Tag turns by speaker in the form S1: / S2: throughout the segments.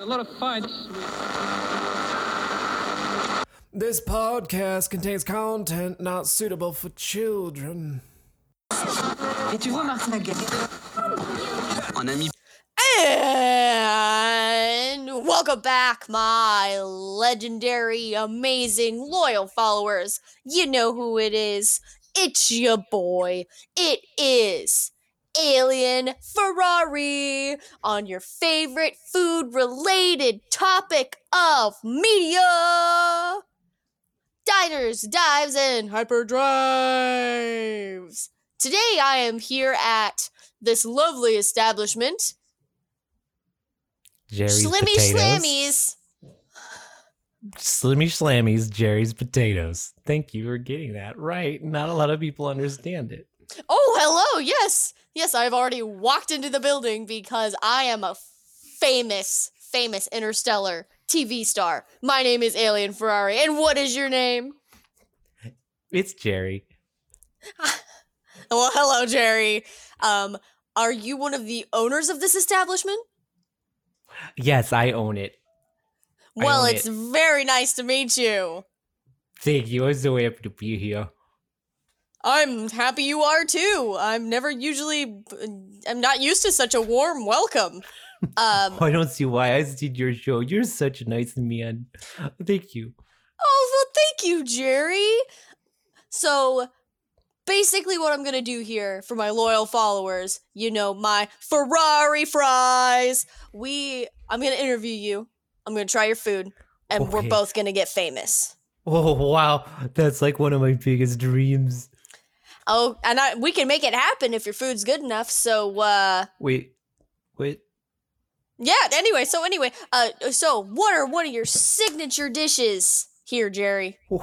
S1: a lot of fights.
S2: This podcast contains content not suitable for children.
S3: Et tu vois, Martin Lagarde.
S4: Un ami
S5: And welcome back, my legendary, amazing, loyal followers. You know who it is. It's your boy. It is Alien Ferrari on your favorite food related topic of media diners, dives, and hyperdrives. Today I am here at this lovely establishment.
S6: Jerry's
S5: Slimmy
S6: potatoes.
S5: Slammies.
S6: Slimmy Slammies, Jerry's potatoes. Thank you for getting that right. Not a lot of people understand it.
S5: Oh, hello. Yes. Yes, I've already walked into the building because I am a famous, famous interstellar TV star. My name is Alien Ferrari. And what is your name?
S6: It's Jerry.
S5: Well, hello, Jerry. Um, are you one of the owners of this establishment?
S6: Yes, I own it. I
S5: Well,
S6: own
S5: it's
S6: it.
S5: very nice to meet you.
S6: Thank you. I'm so happy to be here.
S5: I'm happy you are too. I'm never usually, uh, I'm not used to such a warm welcome. Um,
S6: I don't see why I did your show. You're such a nice man. Thank you.
S5: Oh, well, thank you, Jerry. So, basically, what I'm going to do here for my loyal followers, you know, my Ferrari fries, we, I'm going to interview you. I'm going to try your food, and we're
S6: Okay.
S5: both going to get famous.
S6: Oh wow, that's like one of my biggest dreams.
S5: Oh, and I, we can make it happen if your food's good enough. So, uh,
S6: Wait, wait.
S5: yeah, anyway, so anyway, uh, so what are one of your signature dishes here, Jerry?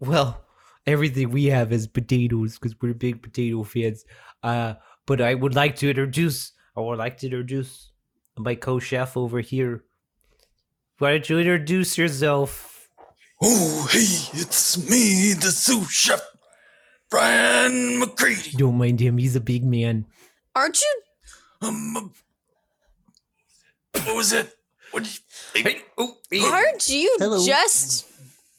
S6: Well, everything we have is potatoes because we're big potato fans. Uh, but I would like to introduce, I would like to introduce my co-chef over here. Why don't you introduce yourself?
S7: Oh, hey, it's me, the sous chef, Brian McCready.
S6: Don't mind him; he's a big man.
S5: Aren't you?
S7: Um, what was it? What did you, hey, oh,
S5: Aren't you
S6: Hello.
S5: just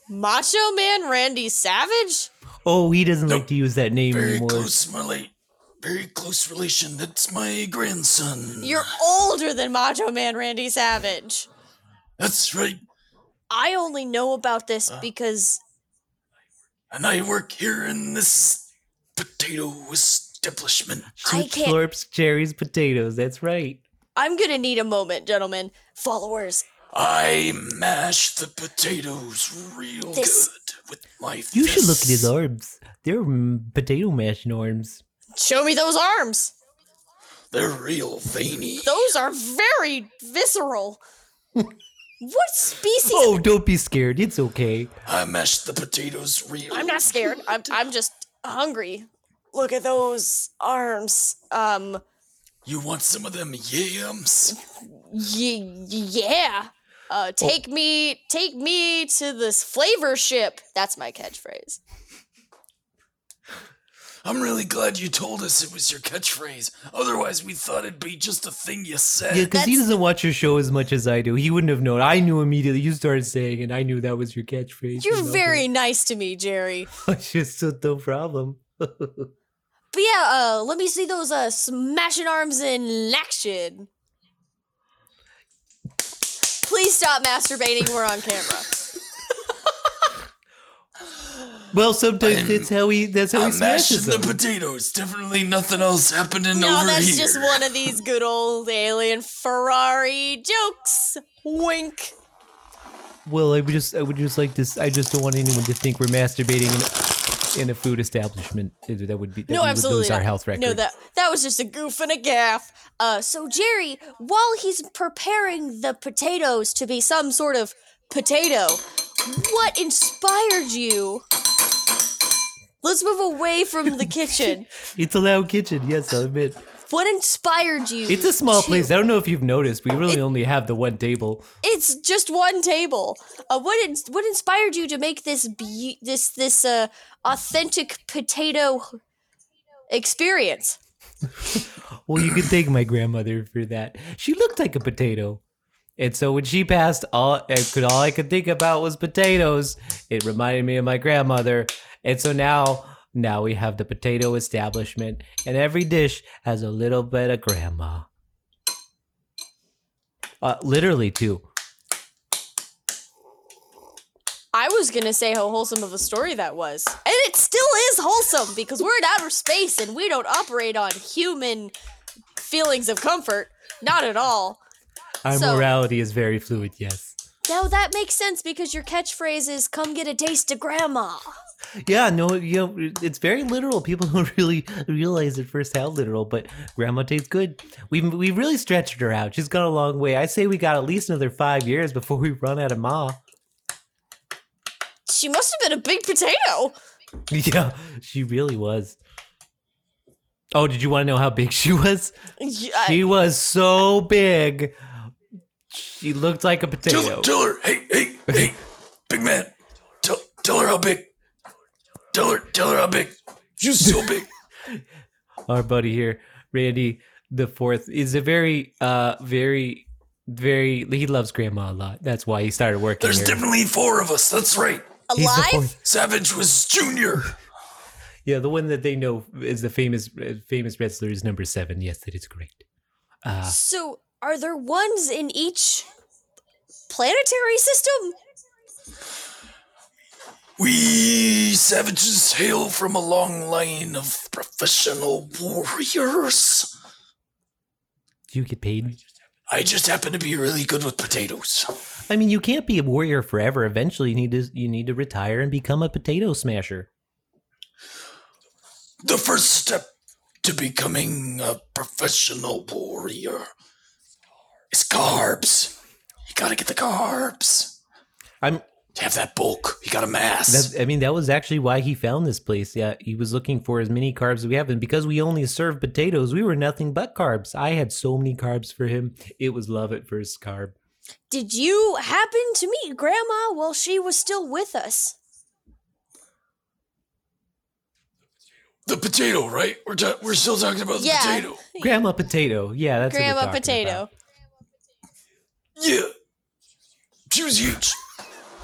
S5: Macho Man Randy Savage?
S6: Oh, he doesn't
S7: Nope.
S6: like to use that name
S7: very
S6: anymore.
S7: close relate, very close relation. That's my grandson.
S5: You're older than Macho Man Randy Savage.
S7: That's right,
S5: I only know about this
S6: Uh,
S5: because
S7: and I work here in this potato establishment.
S5: I
S6: Slurp,
S5: can't-
S6: Slurps Jerry's potatoes. That's right.
S5: I'm gonna need a moment, gentlemen. Followers,
S7: I mash the potatoes real
S5: This-
S7: good with my.
S6: You should look at his
S7: fists.
S6: arms. They're mm, potato mashing arms.
S5: show me those arms.
S7: They're real veiny.
S5: Those are very visceral. what species?
S6: Oh, don't be scared. It's okay.
S7: I mashed the potatoes real.
S5: I'm not scared. I'm, I'm just hungry. Look at those arms. Um,
S7: You want some of them yams?
S5: y- yeah. Uh, take me, take me to this flavor ship. That's my catchphrase.
S7: I'm really glad you told us it was your catchphrase. Otherwise, we thought it'd be just a thing you
S6: Yeah,
S7: said.
S6: because he
S5: That's-
S6: doesn't watch your show as much as I do. He wouldn't have known. I knew immediately. You started saying, and I knew that was your catchphrase.
S5: You're
S6: and I was
S5: very nice to me, Jerry.
S6: like, It's just so no problem.
S5: But yeah, uh, let me see those uh, smashing arms in action. Please stop masturbating. We're on camera.
S6: well, sometimes that's how he. That's how he
S7: I'm mashing
S6: smashes
S7: the
S6: them.
S7: potatoes. Definitely nothing else happening
S5: no,
S7: over
S5: that's
S7: here.
S5: just one of these good old alien Ferrari jokes. Wink.
S6: well, I would just, I would just like this. I just don't want anyone to think we're masturbating in, in a food establishment. That would be that
S5: No,
S6: we
S5: absolutely
S6: Would lose
S5: not.
S6: our health record.
S5: No, that that was just a goof and a gaff. Uh, so Jerry, while he's preparing the potatoes to be some sort of potato, what inspired you? Let's move away from the kitchen.
S6: it's a loud kitchen. Yes, I'll admit.
S5: What inspired you?
S6: It's a small
S5: to-
S6: place. I don't know if you've noticed. We really only have the one table.
S5: It's just one table. Uh, what in- what inspired you to make this be- this this uh, authentic potato experience?
S6: Well, you can thank my grandmother for that. She looked like a potato. And so when she passed, all I could all I could think about was potatoes. It reminded me of my grandmother. And so now now we have the potato establishment, and every dish has a little bit of grandma. Uh, literally too.
S5: I was gonna say how wholesome of a story that was, and it still is wholesome because we're in outer space and we don't operate on human feelings of comfort, not at all.
S6: Our
S5: So-
S6: morality is very fluid. Yes.
S5: No, that makes sense because your catchphrase is "Come get a taste of Grandma."
S6: Yeah. No. You know, it's very literal. People don't really realize at first how literal, but grandma tastes good. We we really stretched her out. She's gone a long way. I say we got at least another five years before we run out of ma.
S5: She must have been a big potato.
S6: Yeah, she really was. Oh, did you want to know how big she was?
S5: Y- uh, I-
S6: She was so big. She looked like a potato.
S7: Tell, tell her, hey, hey, hey, big man. Tell, tell her how big. Tell her, tell her how big. She's so big.
S6: Our buddy here, Randy the fourth, is a very, uh, very, very. He loves grandma a lot. That's why he started working.
S7: There's
S6: here.
S7: definitely four of us. That's right.
S6: He's the
S5: alive?
S6: fourth.
S7: Savage was junior.
S6: Yeah, the one that they know is the famous, uh, famous wrestler is number seven. Yes, that is correct. Uh,
S5: So, are there ones in each planetary system?
S7: We savages hail from a long line of professional warriors.
S6: do you get paid?
S7: I just happen to be really good with potatoes.
S6: I mean, you can't be a warrior forever. Eventually, you need to you need to retire and become a potato smasher.
S7: The first step to becoming a professional warrior is carbs. You gotta get the carbs.
S6: I'm.
S7: To have that bulk, you gotta mass.
S6: That, I mean, that was actually why he found this place. Yeah, he was looking for as many carbs as we have, and because we only served potatoes, we were nothing but carbs. I had so many carbs for him. It was love at first carb.
S5: Did you happen to meet Grandma while she was still with us?
S7: the potato, right? We're ta- we're still talking about
S5: Yeah.
S7: the potato.
S6: Grandma potato. Yeah, that's what we're
S5: Grandma
S6: talking
S5: Potato.
S6: about.
S7: Yeah. She was huge.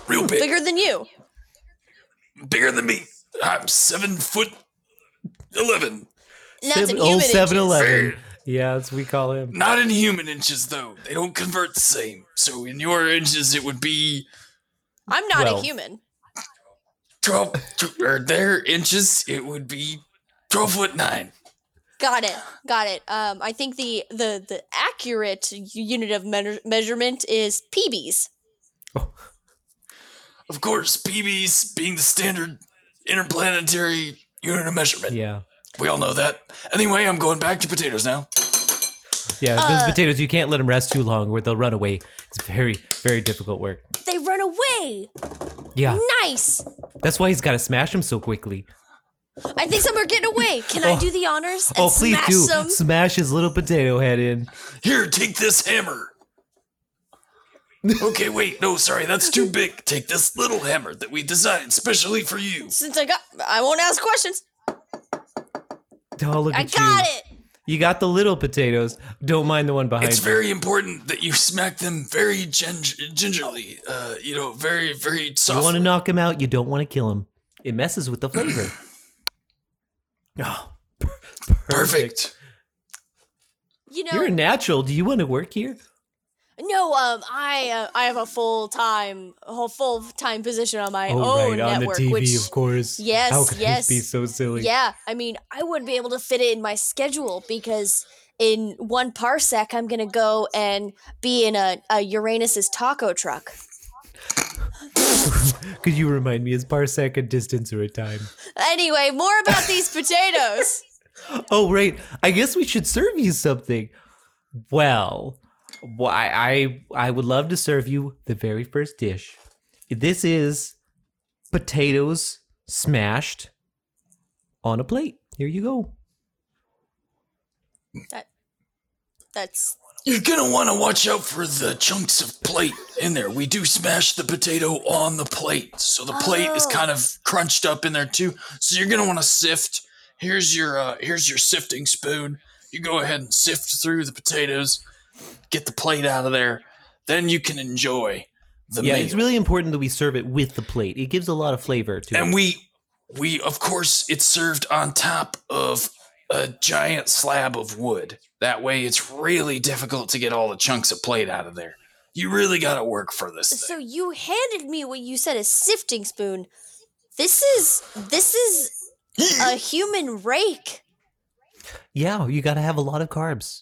S7: Real big.
S5: Bigger than you.
S7: Bigger than me. I'm seven foot eleven.
S5: And that's
S6: Seven-
S5: in
S6: old
S5: human
S6: Seven
S5: inches.
S6: Eleven. Yeah, that's what we call him.
S7: Not in human inches though. They don't convert the same. So in your inches it would be
S5: I'm not a
S6: Twelve.
S5: human.
S7: 12 tw- or their inches it would be 12 foot 9
S5: Got it. Got it. Um, I think the the the accurate u- unit of measure measurement is PBs.
S7: of course pbs being the standard interplanetary unit of measurement
S6: Yeah,
S7: we all know that anyway i'm going back to potatoes now
S6: yeah. those
S5: Uh,
S6: potatoes, you can't let them rest too long, or they'll run away. It's very, very difficult work.
S5: They run away.
S6: Yeah,
S5: Nice.
S6: that's why he's got to smash them so quickly.
S5: I think some are getting away. Can I do the honors? And
S6: Oh, please
S5: smash
S6: do
S5: Some?
S6: smash his little potato head in.
S7: here take this hammer okay wait no sorry that's too big take this little hammer that we designed specially for you
S5: Since I got, I won't ask questions.
S6: Oh, look
S5: I
S6: at
S5: got
S6: you.
S5: it.
S6: You got the little potatoes. Don't mind the one behind.
S7: it's
S6: you.
S7: very important that you smack them very ging- gingerly uh you know very very
S6: you want
S7: softly
S6: to knock him out. You don't want to kill him. It messes with the flavor. oh, per-
S7: perfect
S5: You know,
S6: You're a natural. Do you want to work here?
S5: no. Um, I uh, I have a full time, whole full time position on my
S6: oh,
S5: own
S6: right on the
S5: network,
S6: TV,
S5: which
S6: of course.
S5: Yes,
S6: How could
S5: yes.
S6: this be so silly?
S5: Yeah, I mean, I wouldn't be able to fit it in my schedule because in one parsec, I'm gonna go and be in a, a Uranus's taco truck.
S6: Could you remind me? Is parsec a distance or a time?
S5: Anyway, more about these potatoes.
S6: Oh, right. I guess we should serve you something. Well, why I I would love to serve you the very first dish. This is potatoes smashed on a plate. Here you go.
S5: That's
S7: You're gonna want to watch out for the chunks of plate in there. We do smash the potato on the plate, so the plate is
S5: Oh.
S7: kind of crunched up in there too. So you're gonna want to sift. Here's your uh, here's your sifting spoon. You go ahead and sift through the potatoes, get the plate out of there. Then you can enjoy the
S6: yeah,
S7: meal.
S6: it's really important that we serve it with the plate. It gives a lot of flavor to
S7: and
S6: it.
S7: we we of course it's served on top of a giant slab of wood that way it's really difficult to get all the chunks of plate out of there you really gotta work for this
S5: So
S7: thing.
S5: you handed me what you said a sifting spoon. This is this is a human rake.
S6: yeah, you got to have a lot of carbs.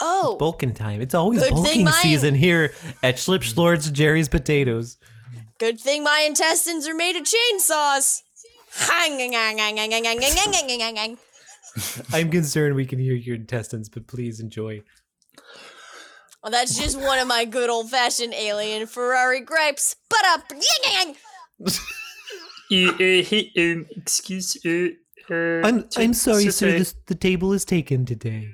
S5: Oh,
S6: Bulking time. It's always
S5: Good thing
S6: bulking
S5: my-
S6: season here at Schlipschlord's Jerry's Potatoes.
S5: good thing my intestines are made of chainsaws. Hang-ang-ang-ang-ang-ang-ang-ang-ang-ang-ang-ang.
S6: I'm concerned we can hear your intestines, but please enjoy.
S5: Well, that's just one of my good old fashioned alien Ferrari gripes. But up, yang
S1: Uh, uh, hey, um, excuse, uh, uh,
S6: I'm
S1: t-
S6: I'm sorry,
S1: so
S6: sir. This, the table is taken today.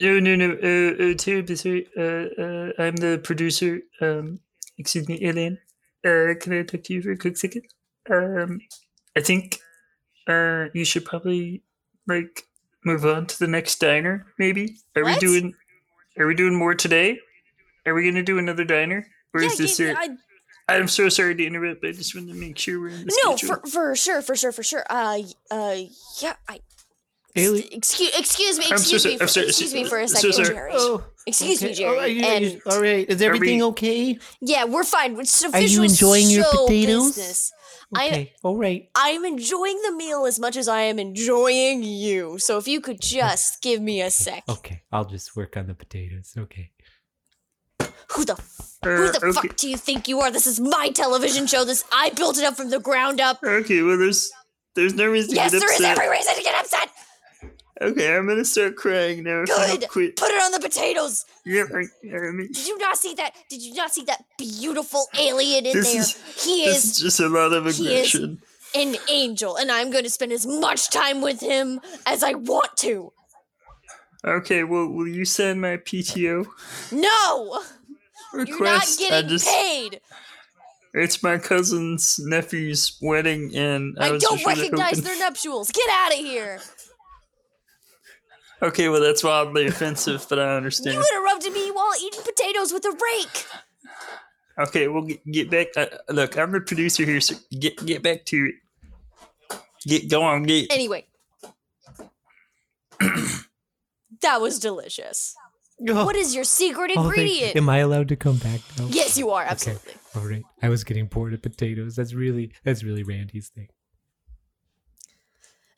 S1: No, no, no. Uh, uh, terribly sorry. Uh, uh, I'm the producer. Um, excuse me, alien. Uh, can I talk to you for a quick second? Um, I think, uh, you should probably like move on to the next diner. Maybe. Are
S5: What?
S1: we doing? Are we doing more today? Are we gonna do another diner? Or is this your?
S5: I,
S1: I, am so sorry to interrupt, but I just wanted to make sure we're in the
S5: no,
S1: schedule.
S5: for, for sure, for sure, for sure. Uh, y- uh, yeah, I.
S6: Alien-
S5: Excuse, excuse me,
S1: I'm so
S5: excuse
S1: sorry-
S5: me,
S1: I'm
S5: for,
S1: sorry,
S5: excuse me
S1: so-
S5: for a
S1: so
S5: second,
S1: sorry.
S5: Jerry.
S6: Oh,
S5: excuse me,
S6: okay.
S5: Jerry.
S6: All right, you-
S5: and
S6: you- all right. Is everything okay?
S5: yeah, we're fine. It's
S6: you
S5: official
S6: enjoying your
S5: show
S6: potatoes?
S5: business. I
S6: Okay. all right.
S5: I'm enjoying the meal as much as I am enjoying you. So if you
S6: Oh.
S5: could just give me a sec.
S6: Okay. I'll just work on the potatoes. Okay.
S5: Who the
S1: Uh,
S5: Who the
S1: okay.
S5: fuck do you think you are? This is my television show. This I built it up from the ground up.
S1: Okay. Well, there's there's no reason
S5: Yes,
S1: to get
S5: there is
S1: upset.
S5: every reason to get upset.
S1: Okay, I'm gonna start crying now. if I don't
S5: Good.
S1: Quit.
S5: Put it on the potatoes.
S1: Yeah, I- yeah, I mean,
S5: Did you not see that? Did you not see that beautiful alien in
S1: This
S5: there?
S1: is-
S5: he
S1: this is
S5: is
S1: just a lot of
S5: he is-
S1: aggression.
S5: an angel, and I'm going to spend as much time with him as I want to.
S1: Okay, well, will you send my PTO
S5: No, you're not
S1: request?
S5: getting paid.
S1: It's my cousin's nephew's wedding, and I,
S5: I,
S1: was
S5: don't
S1: just really
S5: recognize
S1: hoping-
S5: their nuptials. Get out of here.
S1: Okay, well, that's wildly offensive, but I understand.
S5: You interrupted me while eating potatoes with a rake.
S1: Okay, well, get, get back. Uh, look, I'm the producer here, so get get back to it. Get go on, get.
S5: Anyway. that was delicious. What is your secret
S6: Oh, thank-
S5: ingredient?
S6: Am I allowed to come back now?
S5: yes, you are,
S6: Okay.
S5: absolutely.
S6: All right. I was getting bored of potatoes. That's really that's really Randy's thing.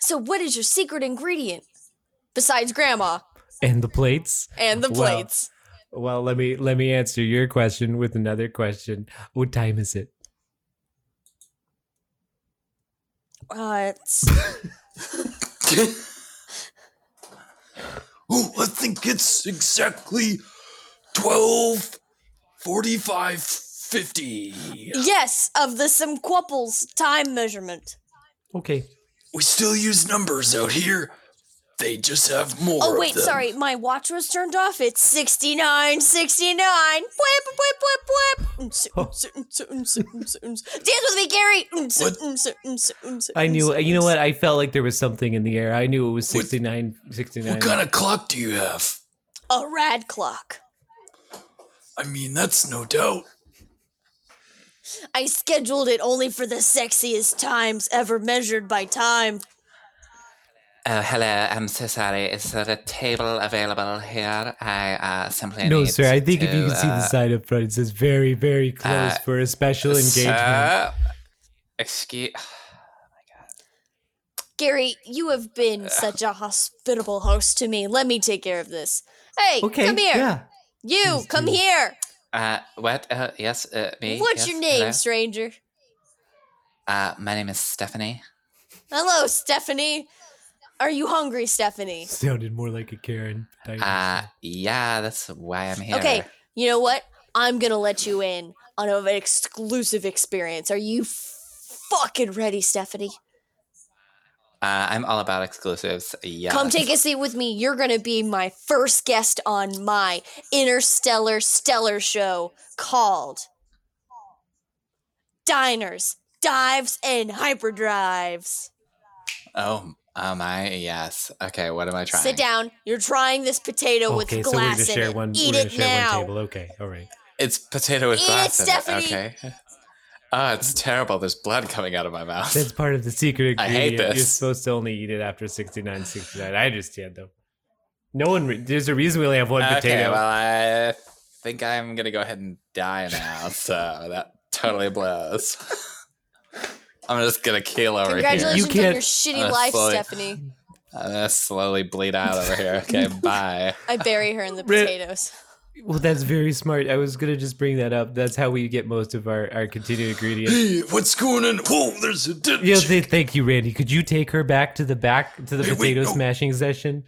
S5: So what is your secret ingredient? Besides grandma
S6: And the plates.
S5: and the
S6: Well,
S5: plates.
S6: Well, let me let me answer your question with another question. What time is it?
S5: Uh, it's
S7: oh i think it's exactly 12 45 50
S5: yes, of the Simquapple's time measurement.
S6: Okay.
S7: we still use numbers out here they just have more
S5: Oh
S7: of
S5: wait,
S7: them.
S5: sorry, my watch was turned off. It's 69, 69. Whip, whip, Mm, whip, whip, whip. Unsu,
S6: Oh.
S5: unsu, unsu, unsu, unsu, unsu. Dance with me, Gary. Mm, Unsu,
S7: What?
S5: unsu, unsu, unsu,
S6: I knew
S5: unsu,
S6: you know
S5: unsu.
S6: what? I felt like there was something in the air. I knew it was 69 69.
S7: what kind of clock do you have
S5: A rad clock.
S7: i mean that's no doubt
S5: I scheduled it only for the sexiest times ever measured by time.
S8: Uh, hello, I'm so sorry. Is there a table available here? I uh, simply
S6: no,
S8: need
S6: sir. I think if
S8: to,
S6: you can see the
S8: uh,
S6: sign up front, it says very, very close
S8: uh,
S6: for a special engagement.
S8: Sir, uh, excuse.
S5: Gary, you have been such a hospitable host to me. Let me take care of this. Hey,
S6: Okay.
S5: come here.
S6: Yeah.
S5: You,
S6: please
S5: come
S6: do.
S5: here.
S8: Uh, what? Uh, yes, uh, me.
S5: What's
S8: yes,
S5: your name,
S8: hello.
S5: stranger?
S8: Uh, my name is Stephanie.
S5: Hello, Stephanie. Are you hungry, Stephanie?
S6: Sounded more like a Karen. but I-
S8: Uh, yeah, that's why I'm here.
S5: Okay, you know what? I'm gonna let you in on an exclusive experience. Are you fucking ready, Stephanie?
S8: Uh, I'm all about exclusives. Yeah.
S5: Come take a seat with me. You're going to be my first guest on my interstellar stellar show called Diners, Dives, and Hyperdrives.
S8: Oh, oh my. Yes. Okay. What am I trying?
S5: Sit down. You're trying this potato
S6: okay,
S5: with
S6: so we're
S5: Oh, glass
S6: gonna
S5: in
S6: share
S5: it.
S6: one.
S5: Eat
S6: we're gonna
S5: it
S6: share
S5: now.
S6: one table. Okay, all right.
S8: It's potato with
S5: Eat it,
S8: glass in
S5: Stephanie.
S8: it. Okay. Ah, it's terrible. There's blood coming out of my mouth.
S2: That's part of the secret
S8: I
S2: ingredient.
S8: hate
S2: You're
S8: this.
S2: supposed to only eat it after 69, 69. I understand, though. No one, re- there's a reason we only have one
S8: okay,
S2: potato.
S8: well, I think I'm gonna go ahead and die now. so that totally blows. I'm just gonna keel over
S5: Congratulations
S8: here.
S2: You can't-
S5: on your shitty
S8: Uh,
S5: life,
S8: sorry.
S5: Stephanie.
S8: I'm gonna slowly bleed out over here. Okay, bye.
S5: I bury her in the
S2: Re-
S5: potatoes.
S2: Well, that's very smart. I was gonna just bring that up. That's how we get most of our our continued ingredients.
S7: Hey, what's going on? Whoa, there's a dead
S2: Yeah,
S7: chick.
S2: th- thank you, Randy. Could you take her back to the back to the
S7: Hey, wait,
S2: potato
S7: no.
S2: smashing session?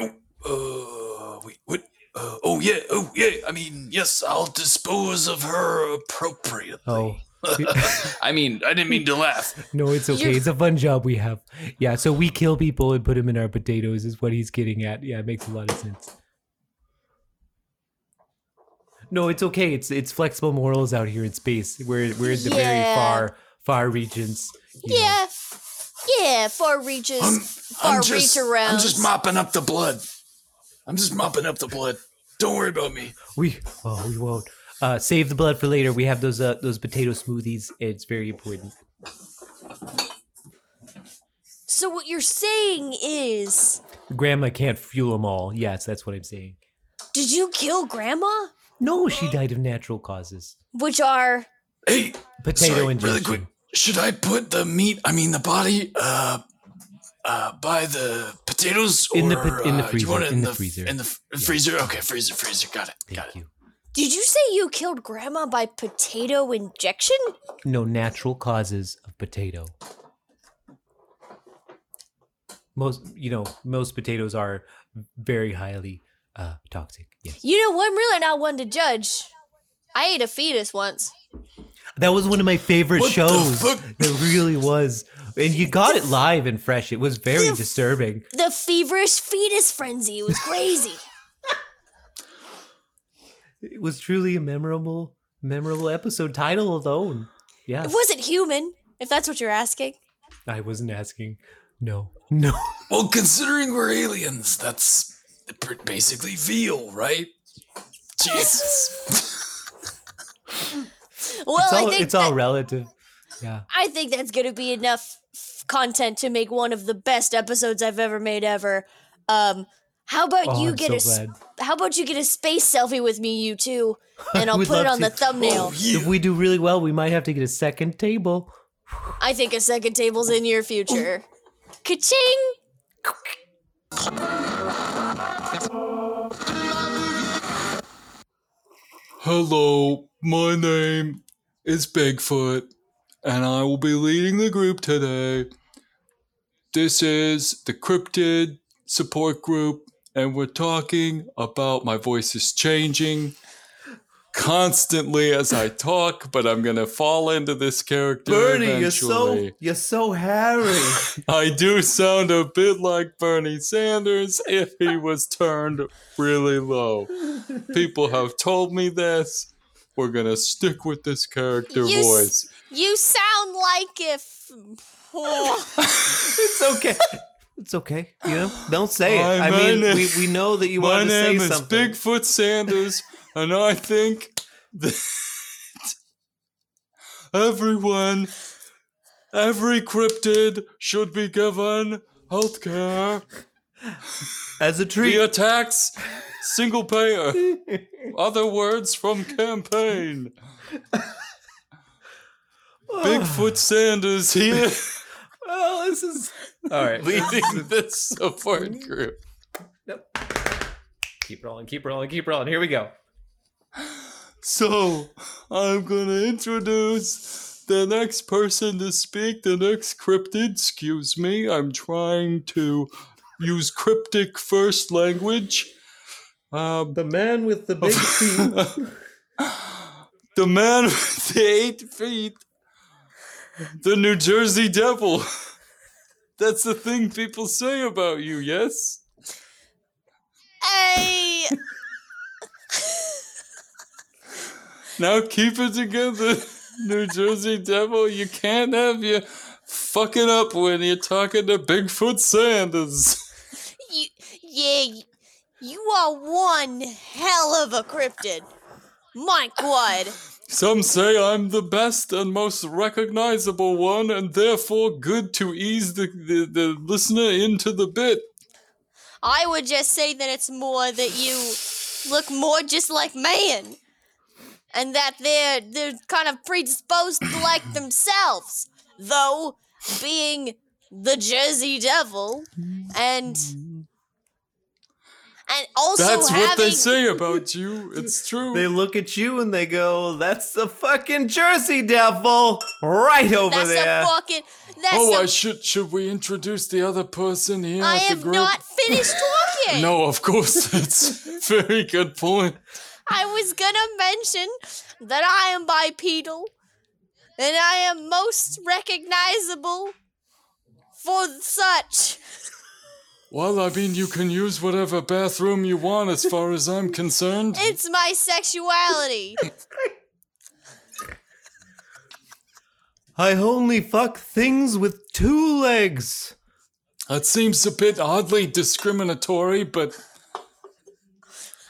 S7: Uh, wait, what? Uh, oh yeah, oh yeah. I mean, yes, I'll dispose of her appropriately.
S2: Oh.
S7: I mean, I didn't mean to laugh.
S2: No, it's okay.
S5: You're-
S2: It's a fun job we have. Yeah, so we kill people and put them in our potatoes is what he's getting at. Yeah, it makes a lot of sense. No, it's okay. It's it's flexible morals out here in space. We're we're in the very
S5: Yeah.
S2: far far regions. you know.
S5: Yeah. Yeah, far reaches.
S7: I'm,
S5: far
S7: I'm
S5: reach
S7: just, I'm
S5: around.
S7: just mopping up the blood. I'm just mopping up the blood. Don't worry about me.
S2: We oh we won't. Uh, save the blood for later. We have those uh, those potato smoothies. It's very important.
S5: So what you're saying is,
S2: Grandma can't fuel them all. Yes, that's what I'm saying.
S5: did you kill Grandma?
S2: No, she died of natural causes.
S5: Which are
S7: Hey,
S2: Potato
S7: sorry,
S2: ingestion.
S7: really quick. Should I put the meat? I mean, the body. Uh, uh, by the potatoes or
S2: In the pot- in the
S7: uh, do you want
S2: freezer,
S7: it
S2: in the freezer.
S7: In the f- freezer. Okay, freezer, freezer. Got it. Got
S2: Thank
S7: it.
S2: you.
S5: Did you say you killed Grandma by potato injection?
S2: No natural causes of potato. Most you know most potatoes are very highly uh, toxic. Yes,
S5: You know, I'm really not one to judge. I ate a fetus once.
S2: that was one of my favorite
S7: What the
S2: shows.
S7: fuck?
S2: It really was, and you got it live and fresh. It was very disturbing.
S5: The feverish fetus frenzy was crazy.
S2: It was truly a memorable, memorable episode. Title alone, yeah.
S5: it wasn't human, if that's what you're asking.
S2: I wasn't asking. No, no.
S5: Oh,
S7: Well, considering we're aliens, that's pr- basically veal, right? Jesus.
S5: Well,
S2: it's all,
S5: I think
S2: it's all
S5: that-
S2: relative. Yeah.
S5: I think that's gonna be enough f- content to make one of the best episodes I've ever made ever. Um, how about
S2: Oh,
S5: you
S2: I'm
S5: get
S2: so
S5: a s-
S2: glad.
S5: how about you get a space selfie with me, you two, and I'll
S2: would
S5: put it
S2: love
S5: on
S2: to.
S5: the thumbnail.
S2: If we do really well, we might have to get a second table.
S5: I think a second table's in your future. Ka-ching!
S7: Hello, my name is Bigfoot, and I will be leading the group today. This is the Cryptid Support Group, and we're talking about my voice is changing constantly as I talk, but I'm gonna fall into this character. eventually.
S2: you're so hairy.
S7: I do sound a bit like Bernie Sanders if he was turned really low. People have told me this. We're gonna stick with this character
S5: You s-
S7: voice.
S5: You sound like if.
S2: it's okay. It's okay. You know, don't say
S7: Hi,
S2: it. I
S7: my
S2: mean,
S7: name-
S2: we, we know that you
S7: My
S2: want to say
S7: name is
S2: something.
S7: Bigfoot Sanders, and I think that everyone, every cryptid, should be given healthcare.
S2: As a treat.
S7: The attacks, single payer. Other words from campaign. Bigfoot Sanders here
S2: Oh, this is all right.
S7: leading this support group.
S2: keep rolling. Keep rolling. Keep rolling. Here we go.
S7: So, I'm gonna introduce the next person to speak, the next cryptid. Excuse me, I'm trying to use cryptic first language. Um,
S2: The man with the big feet.
S7: The man with the eight feet. The New Jersey Devil. That's the thing people say about you, yes?
S5: Hey!
S7: Now keep it together, New Jersey Devil. You can't have you fucking up when you're talking to Bigfoot Sanders.
S5: You, yeah, y- you are one hell of a cryptid. My God.
S7: Some say I'm the best and most recognizable one, and therefore good to ease the, the, the listener into the bit.
S5: I would just say that it's more that you look more just like man, and that they're they're kind of predisposed to like themselves, though being the Jersey Devil, and and also
S7: That's
S5: having
S7: what they say about you. It's true.
S6: They look at you and they go, "That's the fucking Jersey Devil right over
S5: that's
S6: there."
S5: a fucking that's
S7: oh,
S5: a-
S7: I should should we introduce the other person here?
S5: I
S7: at the
S5: have
S7: group?
S5: not finished talking.
S7: No, of course. That's a very good point.
S5: I was gonna mention that I am bipedal and I am most recognizable for such.
S7: Well, I mean, you can use whatever bathroom you want, as far as I'm concerned.
S5: It's my sexuality.
S6: I only fuck things with two legs.
S7: That seems a bit oddly discriminatory, but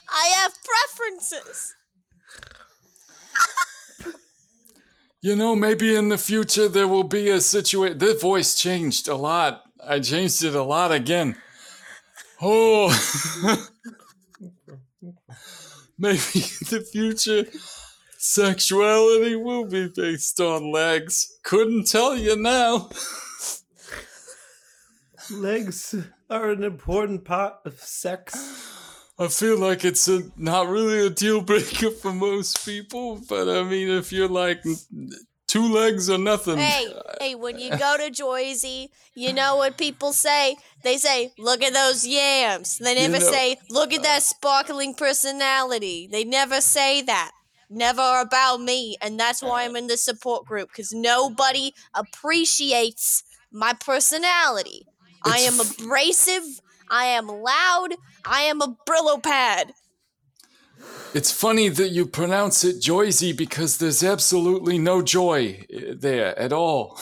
S5: I have preferences.
S7: you know, maybe in the future there will be a situation. The voice changed a lot. I changed it a lot again. Oh. maybe in the future sexuality will be based on legs. Couldn't tell you now.
S6: Legs are an important part of sex.
S7: I feel like it's a, not really a deal breaker for most people, but I mean, if you're like n- two legs or nothing,
S5: Hey, hey, when you go to Jersey, you know what people say? They say, look at those yams. They never
S7: know,
S5: say, look at that sparkling personality. They never say that. Never about me. And that's why I'm in the support group because nobody appreciates my personality. I am abrasive. I am loud. I am a Brillo pad.
S7: it's funny that you pronounce it Joyzy because there's absolutely no joy uh, there at all.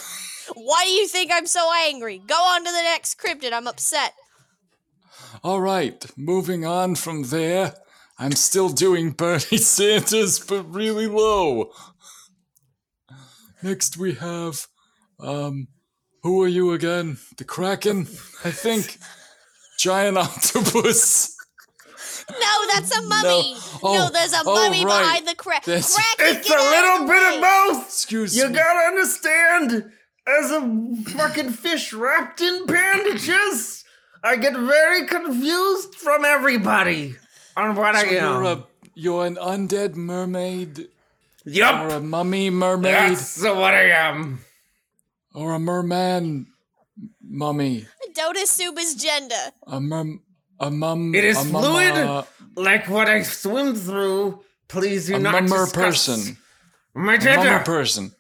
S5: Why do you think I'm so angry? Go on to the next cryptid. I'm upset.
S7: All right, moving on from there. I'm still doing Bernie Sanders, but really low. Next we have, um, who are you again? The Kraken, I think. Giant octopus.
S5: No, that's a mummy. No,
S7: Oh,
S5: there's a
S7: oh,
S5: mummy
S7: right.
S5: behind the crack.
S7: That's-
S5: Cracky,
S6: It's a
S5: get out
S6: little
S5: of the
S6: bit
S5: way.
S6: of both.
S7: Excuse
S6: You
S7: me.
S6: gotta understand, as a fucking fish wrapped in bandages, I get very confused from everybody on what I
S7: So you're
S6: am.
S7: a you're an undead mermaid or
S6: Yup,
S7: a mummy mermaid
S6: that's what I am.
S7: or a merman mummy.
S5: Don't assume his gender.
S7: A mer a mum
S6: It is
S7: a mum-
S6: fluid,
S7: uh,
S6: like what I swim through. Please do
S7: a
S6: not
S7: mummer
S6: discuss
S7: person.
S6: My
S7: A mummer
S6: gender.
S7: person.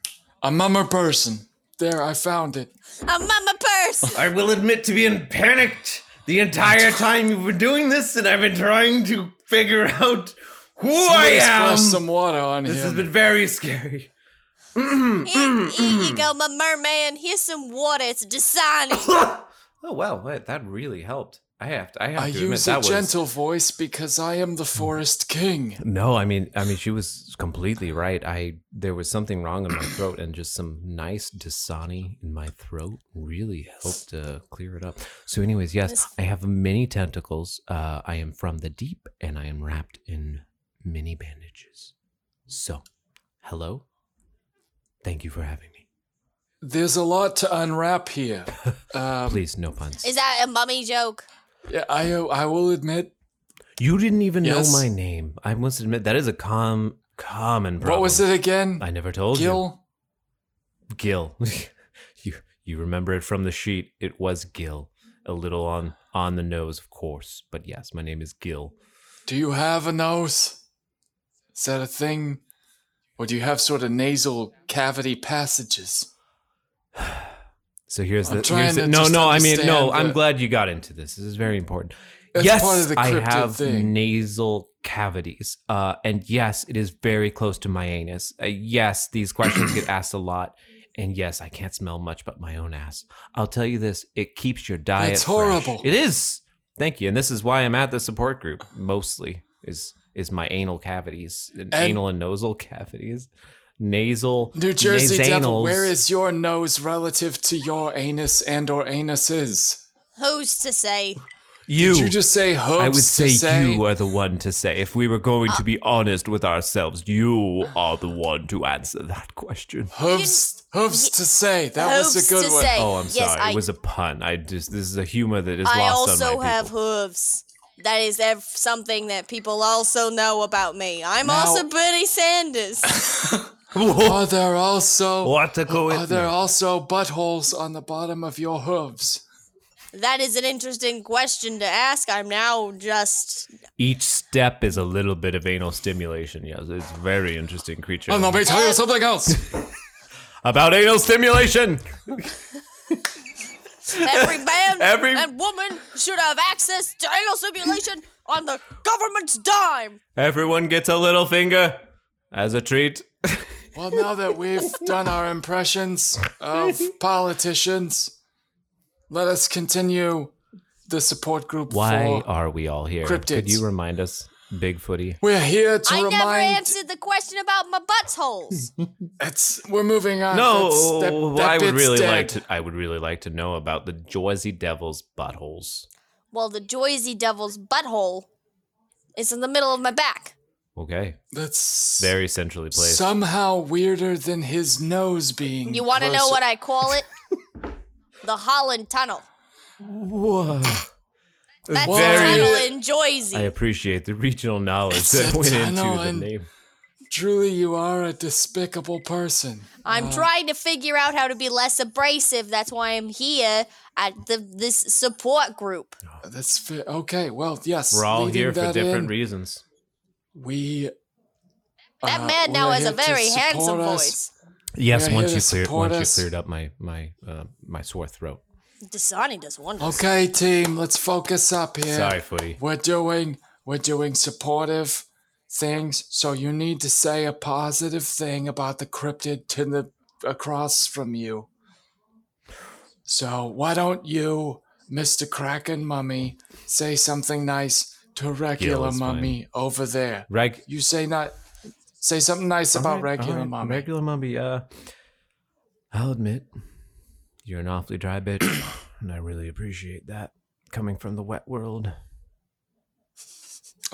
S7: A mummer person. There, I found it.
S5: A mama purse.
S6: I will admit to being panicked the entire time you've been doing this, and I've been trying to figure out who I
S7: Somebody
S6: am.
S7: splashed some water on
S6: This has
S7: him.
S6: been very scary.
S5: here, here you go, my merman. Here's some water. It's Dasani.
S6: oh wow, wait, that really helped. I have to. I have
S7: I
S6: to
S7: use a
S6: admit that
S7: gentle voice because I am
S2: Hmm.
S7: the forest king.
S2: But no, I mean, I mean, she was completely right. I there was something wrong in my throat, and just some nice Dasani in my throat really helped to clear it up. So, anyways, yes, I have many tentacles. Uh, I am from the deep, and I am wrapped in many bandages. So, hello. Thank you for having me.
S7: There's a lot to unwrap here. Um,
S2: Please, no puns.
S5: Is that a mummy joke?
S7: yeah, I I will admit.
S2: You didn't even
S7: Yes?
S2: know my name. I must admit that is a com common problem.
S7: What was it again?
S2: I never told you.
S7: Gil.
S2: Gil. you you remember it from the sheet. It was Gil. A little on on the nose, of course. But yes, my name is Gil.
S7: Do you have a nose? Is that a thing? Or do you have sort of nasal cavity passages?
S2: So here's
S7: I'm
S2: the,
S7: trying
S2: here's the
S7: to
S2: no
S7: just
S2: no. I mean no.
S7: understand
S2: I'm
S7: the-
S2: glad you got into this. This is very important.
S7: That's
S2: yes,
S7: part of the
S2: I
S7: cryptid
S2: have
S7: thing.
S2: nasal cavities, uh, and yes, it is very close to my anus. Uh, yes, these questions get asked a lot, and yes, I can't smell much but my own ass. I'll tell you this: it keeps your diet.
S7: That's
S2: fresh.
S7: horrible.
S2: It is. Thank you, and this is why I'm at the support group mostly. Is is my anal cavities, anal and nasal cavities, nasal.
S7: New Jersey devil,
S2: nasanals.
S7: where is your nose relative to your anus and or anuses?
S5: Who's to say?
S2: you?
S7: Did you just say hopes
S2: I would say,
S7: to say Ah.
S2: you uh, are the one to say. If we were going to be honest with ourselves, you are the one to answer that question.
S7: hopes, hopes to say? That was
S5: Hopes
S7: a good
S5: to
S7: one.
S5: say.
S2: Oh, I'm
S5: Yes,
S2: sorry.
S5: I-
S2: it was a pun. I just this is a humor that is
S5: I
S2: lost on
S5: also
S2: my
S5: have
S2: people.
S5: hooves. That is ev- something that people also know about me. I'm
S7: Now-
S5: also Bernie Sanders.
S7: Are there also
S6: What to go
S7: are
S6: in?
S7: there
S6: there?
S7: also buttholes on the bottom of your hooves?
S5: that is an interesting question to ask. I'm now just
S2: Each step is a little bit of anal stimulation. Yes, it's a very interesting creature.
S7: Oh, let me tell you something else.
S2: About anal stimulation.
S5: every man
S2: Every-
S5: and woman should have access to anal stimulation on the government's dime.
S2: Everyone gets a little finger as a treat.
S7: Well, now that we've done our impressions of politicians, let us continue the support group
S2: Why
S7: for.
S2: are we all here? Could
S7: Cryptids.
S2: you remind us, Bigfooty?
S7: We're here to
S5: I never
S7: remind.
S5: answered the question about my buttholes.
S7: It's, we're moving on.
S2: No,
S7: That's- Uh, that-
S2: I
S7: that
S2: would
S7: bit's
S2: really
S7: dead.
S2: like to. I would really like to know about the Jersey Devil's buttholes.
S5: well, the Joyzy Devil's butthole is in the middle of my back.
S2: Okay,
S7: That's
S2: very centrally placed.
S7: somehow weirder than his nose being.
S5: You want to know what I call it? the Holland Tunnel.
S2: Whoa.
S7: uh,
S5: That's the
S7: Very-
S5: tunnel in
S2: I
S5: Joyzy.
S2: appreciate the regional knowledge
S7: It's
S2: that
S7: a
S2: went
S7: tunnel
S2: into the
S7: and-
S2: name.
S7: Truly, you are a despicable person.
S5: I'm trying to figure out how to be less abrasive. That's why I'm here at the this support group.
S7: That's fi- okay. Well, yes.
S2: We're all
S7: leading
S2: here for
S7: that
S2: different
S7: in,
S2: reasons.
S7: We.
S5: That
S7: uh,
S5: man now
S7: we're
S5: has a
S7: here to
S5: very handsome
S7: support us.
S5: voice.
S2: Yes,
S7: We're
S2: once
S7: here
S2: you
S7: to
S2: cleared
S7: support
S2: once
S7: us.
S2: you cleared up my my uh, my sore throat.
S5: Dasani does wonders.
S7: Okay, team, let's focus up here.
S2: Sorry, Footy.
S7: We're doing we're doing supportive things, so you need to say a positive thing about the cryptid to the across from you. So why don't you, Mr. Kraken Mummy, say something nice to regular
S2: is fine.
S7: mummy over there.
S2: Reg-
S7: You say not say something nice about
S2: Alright,
S7: regular
S2: alright,
S7: mummy.
S2: Regular mummy. Uh, I'll admit, you're an awfully dry bitch, and I really appreciate that coming from the wet world.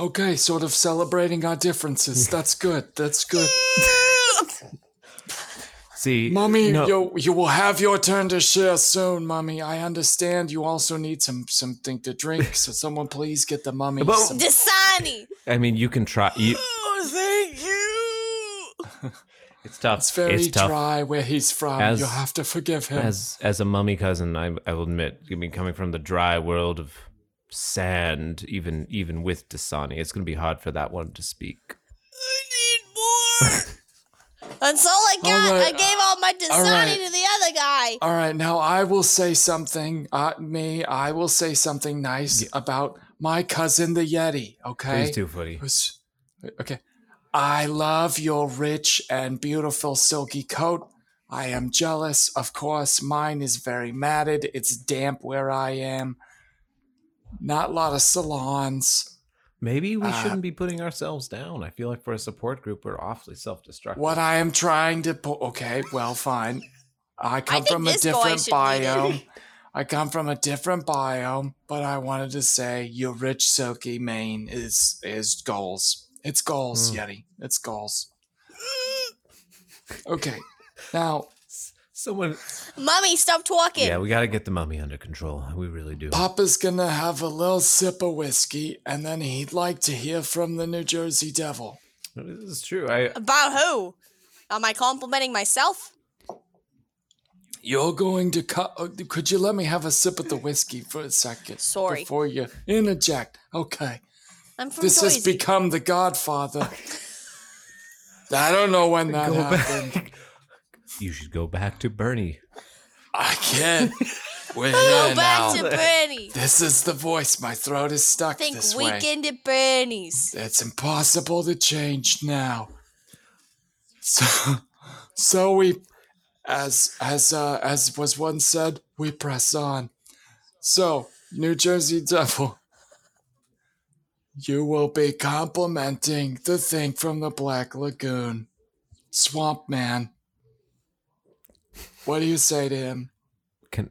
S7: Okay, sort of celebrating our differences. That's good. That's good.
S2: See,
S7: Mummy,
S2: no,
S7: you you will have your turn to share soon, Mummy. I understand you also need some something to drink, so someone please get the mummy.
S2: Well-
S7: some-
S5: Dasani.
S2: I mean you can try. You,
S5: Oh, thank you.
S2: it's tough.
S7: it's very
S2: it's tough.
S7: dry where he's from.
S2: As-
S7: you have to forgive him.
S2: as as a mummy cousin, I, I will admit, I mean, coming from the dry world of sand, even even with Dasani, it's going to be hard for that one to speak.
S5: I need more. That's all I got.
S7: right.
S5: I gave all my Dasani
S7: All right.
S5: to the other guy.
S7: All right, now I will say something. Uh, me, I will say something nice about my cousin the Yeti. Okay.
S2: Please do, Footy.
S7: Who's- Okay. I love your rich and beautiful silky coat. I am jealous. Of course, mine is very matted. It's damp where I am. Not a lot of salons.
S2: Maybe we
S7: Uh,
S2: shouldn't be putting ourselves down. I feel like for a support group, we're awfully self-destructive.
S7: What I am trying to po- okay, well, fine. I come
S5: think
S7: from a
S5: this boy
S7: different
S5: should read it.
S7: biome. I come from a different biome, but I wanted to say your rich silky mane is is goals. It's goals, Yeti. It's goals. Okay. Now,
S2: Someone.
S5: Mummy, stop talking.
S2: Yeah, we got to get the mummy under control. We really do.
S7: Papa's gonna have a little sip of whiskey, and then he'd like to hear from the New Jersey Devil.
S2: This is true. I
S5: About who? Am I complimenting myself?
S7: You're going to cut. oh, Could you let me have a sip of the whiskey for a second?
S5: Sorry.
S7: Before you interject. Okay.
S5: I'm from
S7: This has
S5: Joyzy.
S7: become the Godfather. I don't know when that happened.
S2: you should go back to Bernie.
S7: I can't. We're
S5: Go
S7: here
S5: back
S7: now.
S5: to Bernie.
S7: This is the voice. My throat is stuck
S5: Think
S7: this way.
S5: weekend at Bernie's.
S7: It's impossible to change now. So, so we, as as uh, as was once said, we press on. So, New Jersey Devil, You will be complimenting the thing from the Black Lagoon, Swamp Man. What do you say to him?
S2: Can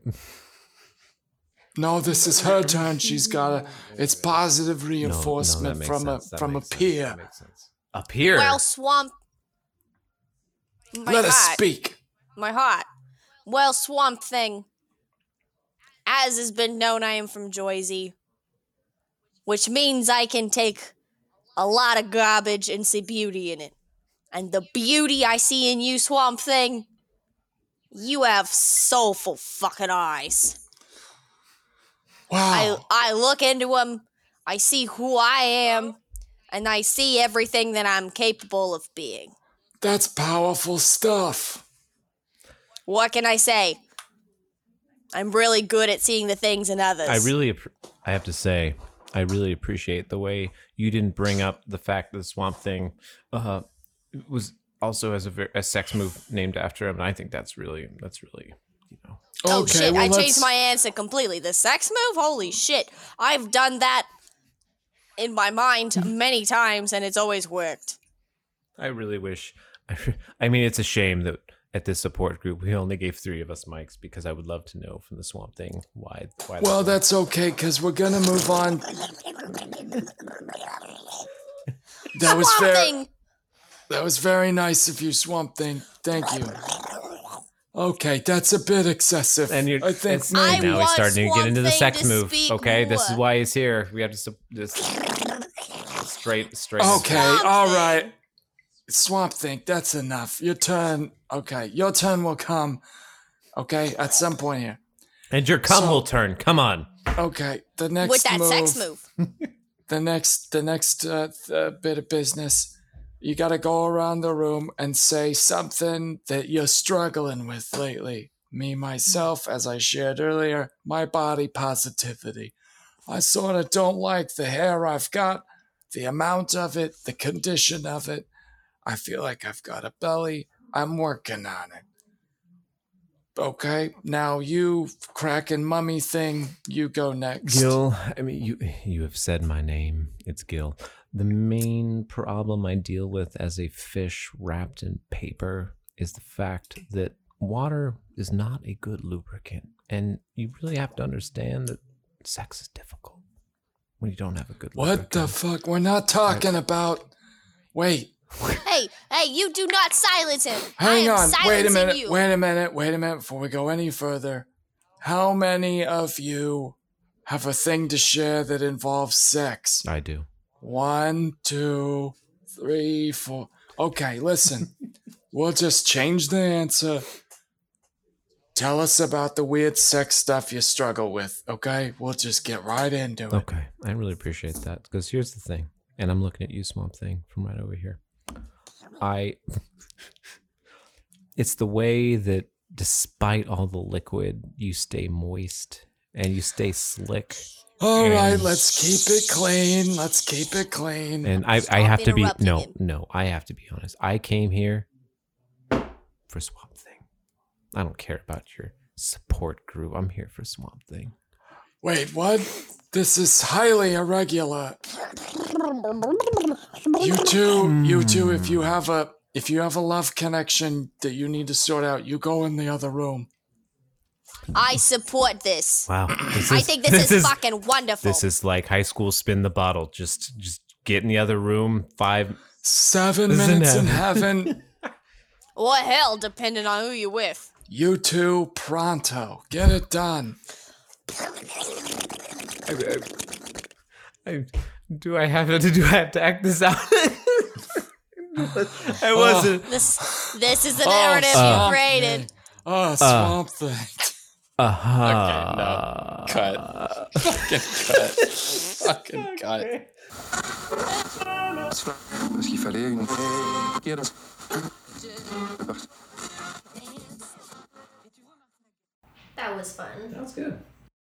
S7: No, this is her turn. She's got a. It's positive
S2: no, no, that
S7: reinforcement
S2: makes
S7: from
S2: sense.
S7: a
S2: That
S7: from a
S2: makes sense.
S7: peer.
S2: That makes sense.
S8: Up here.
S5: Well, swamp. My
S7: Let
S5: heart,
S7: us speak.
S5: My heart. Well, swamp thing. As has been known, I am from Joyzy, which means I can take a lot of garbage and see beauty in it. And the beauty I see in you, swamp thing, you have soulful fucking eyes. I
S7: Wow.
S5: I look into him, I see who I am, and I see everything that I'm capable of being.
S7: That's powerful stuff.
S5: What can I say? I'm really good at seeing the things in others.
S2: I really, appr- I have to say, I really appreciate the way you didn't bring up the fact that Swamp Thing uh, was also as a, ver- a sex move named after him, and I think that's really, that's really, you know,
S5: Oh shit! I changed
S7: let's-
S5: my answer completely. The sex move? Holy shit! I've done that in my mind many times, and it's always worked.
S2: I really wish. I, re- I mean, it's a shame that at this support group we only gave three of us mics because I would love to know from the Swamp Thing why. why that
S7: Well,
S2: was.
S7: that's okay because we're gonna move on. That was
S5: Swamp
S7: fair.
S5: Thing,
S7: That was very nice of you, Swamp Thing. Thank you. Okay, that's a bit excessive.
S2: And you're,
S7: I think
S2: it's-
S5: I
S2: now he's
S5: want
S2: starting to
S5: Swamp
S2: get into the
S5: Thing
S2: sex
S5: to
S2: move.
S5: speak
S2: Okay, this is
S5: more.
S2: why he's here. We have to sup- this straight, straight.
S7: Okay,
S5: Swamp
S7: all
S5: Thing.
S7: right. Swamp Thing, that's enough. Your turn. Okay, your turn will come. Okay, at some point here.
S2: And your cum
S7: So-
S2: will turn. Come on.
S7: Okay, the next
S5: with that
S7: move,
S5: sex move.
S7: The next, the next uh, th- uh, bit of business. You got to go around the room and say something that you're struggling with lately. Me myself, as I shared earlier, my body positivity. I sort of don't like the hair I've got, the amount of it, the condition of it. I feel like I've got a belly. I'm working on it. Okay, now you cracking mummy thing, you go next.
S2: Gil, I mean you you have said my name. It's Gil. The main problem I deal with as a fish wrapped in paper is the fact that water is not a good lubricant. And you really have to understand that sex is difficult when you don't have a good
S7: What
S2: lubricant.
S7: the fuck? We're not talking about. Wait,
S5: Hey, hey! You do not silence him. I
S7: hang
S5: am
S7: on. Wait a
S5: silencing
S7: minute.
S5: you.
S7: Wait a minute. Wait a minute before we go any further. How many of you have a thing to share that involves sex?
S2: I do.
S7: One, two, three, four. Okay, listen. we'll just change the answer. Tell us about the weird sex stuff you struggle with, okay? We'll just get right into it.
S2: Okay. I really appreciate that. Because here's the thing. And I'm looking at you, Swamp Thing, from right over here. I it's the way that despite all the liquid, you stay moist and you stay slick.
S7: All right,
S2: And-
S7: let's keep it clean. Let's keep it clean.
S2: And I, I
S5: Stop
S2: have to be
S5: interrupting
S2: no,
S5: him.
S2: no, I have to be honest. I came here for Swamp Thing. I don't care about your support group. I'm here for Swamp Thing.
S7: Wait, what? This is highly irregular. You two, you two, if you have a if you have a love connection that you need to sort out, you go in the other room.
S5: I support this.
S2: Wow. This
S5: I think this, is, fucking wonderful.
S2: This is like high school spin the bottle. Just just get in the other room. Five
S7: Seven
S2: This is
S7: minutes in
S2: an
S7: heaven.
S5: Or hell, depending on who you're with.
S7: You two, pronto, get it done.
S2: I, do I have to do I have to act this out? I wasn't
S5: This this is the
S7: Oh,
S5: narrative
S7: Swamp
S2: uh,
S5: you created.
S7: Thing. Oh, swamp thing.
S2: uh-huh.
S8: Cut. Fucking cut. Fucking cut.
S9: Parce qu'il fallait une.
S10: That was fun.
S2: That's good.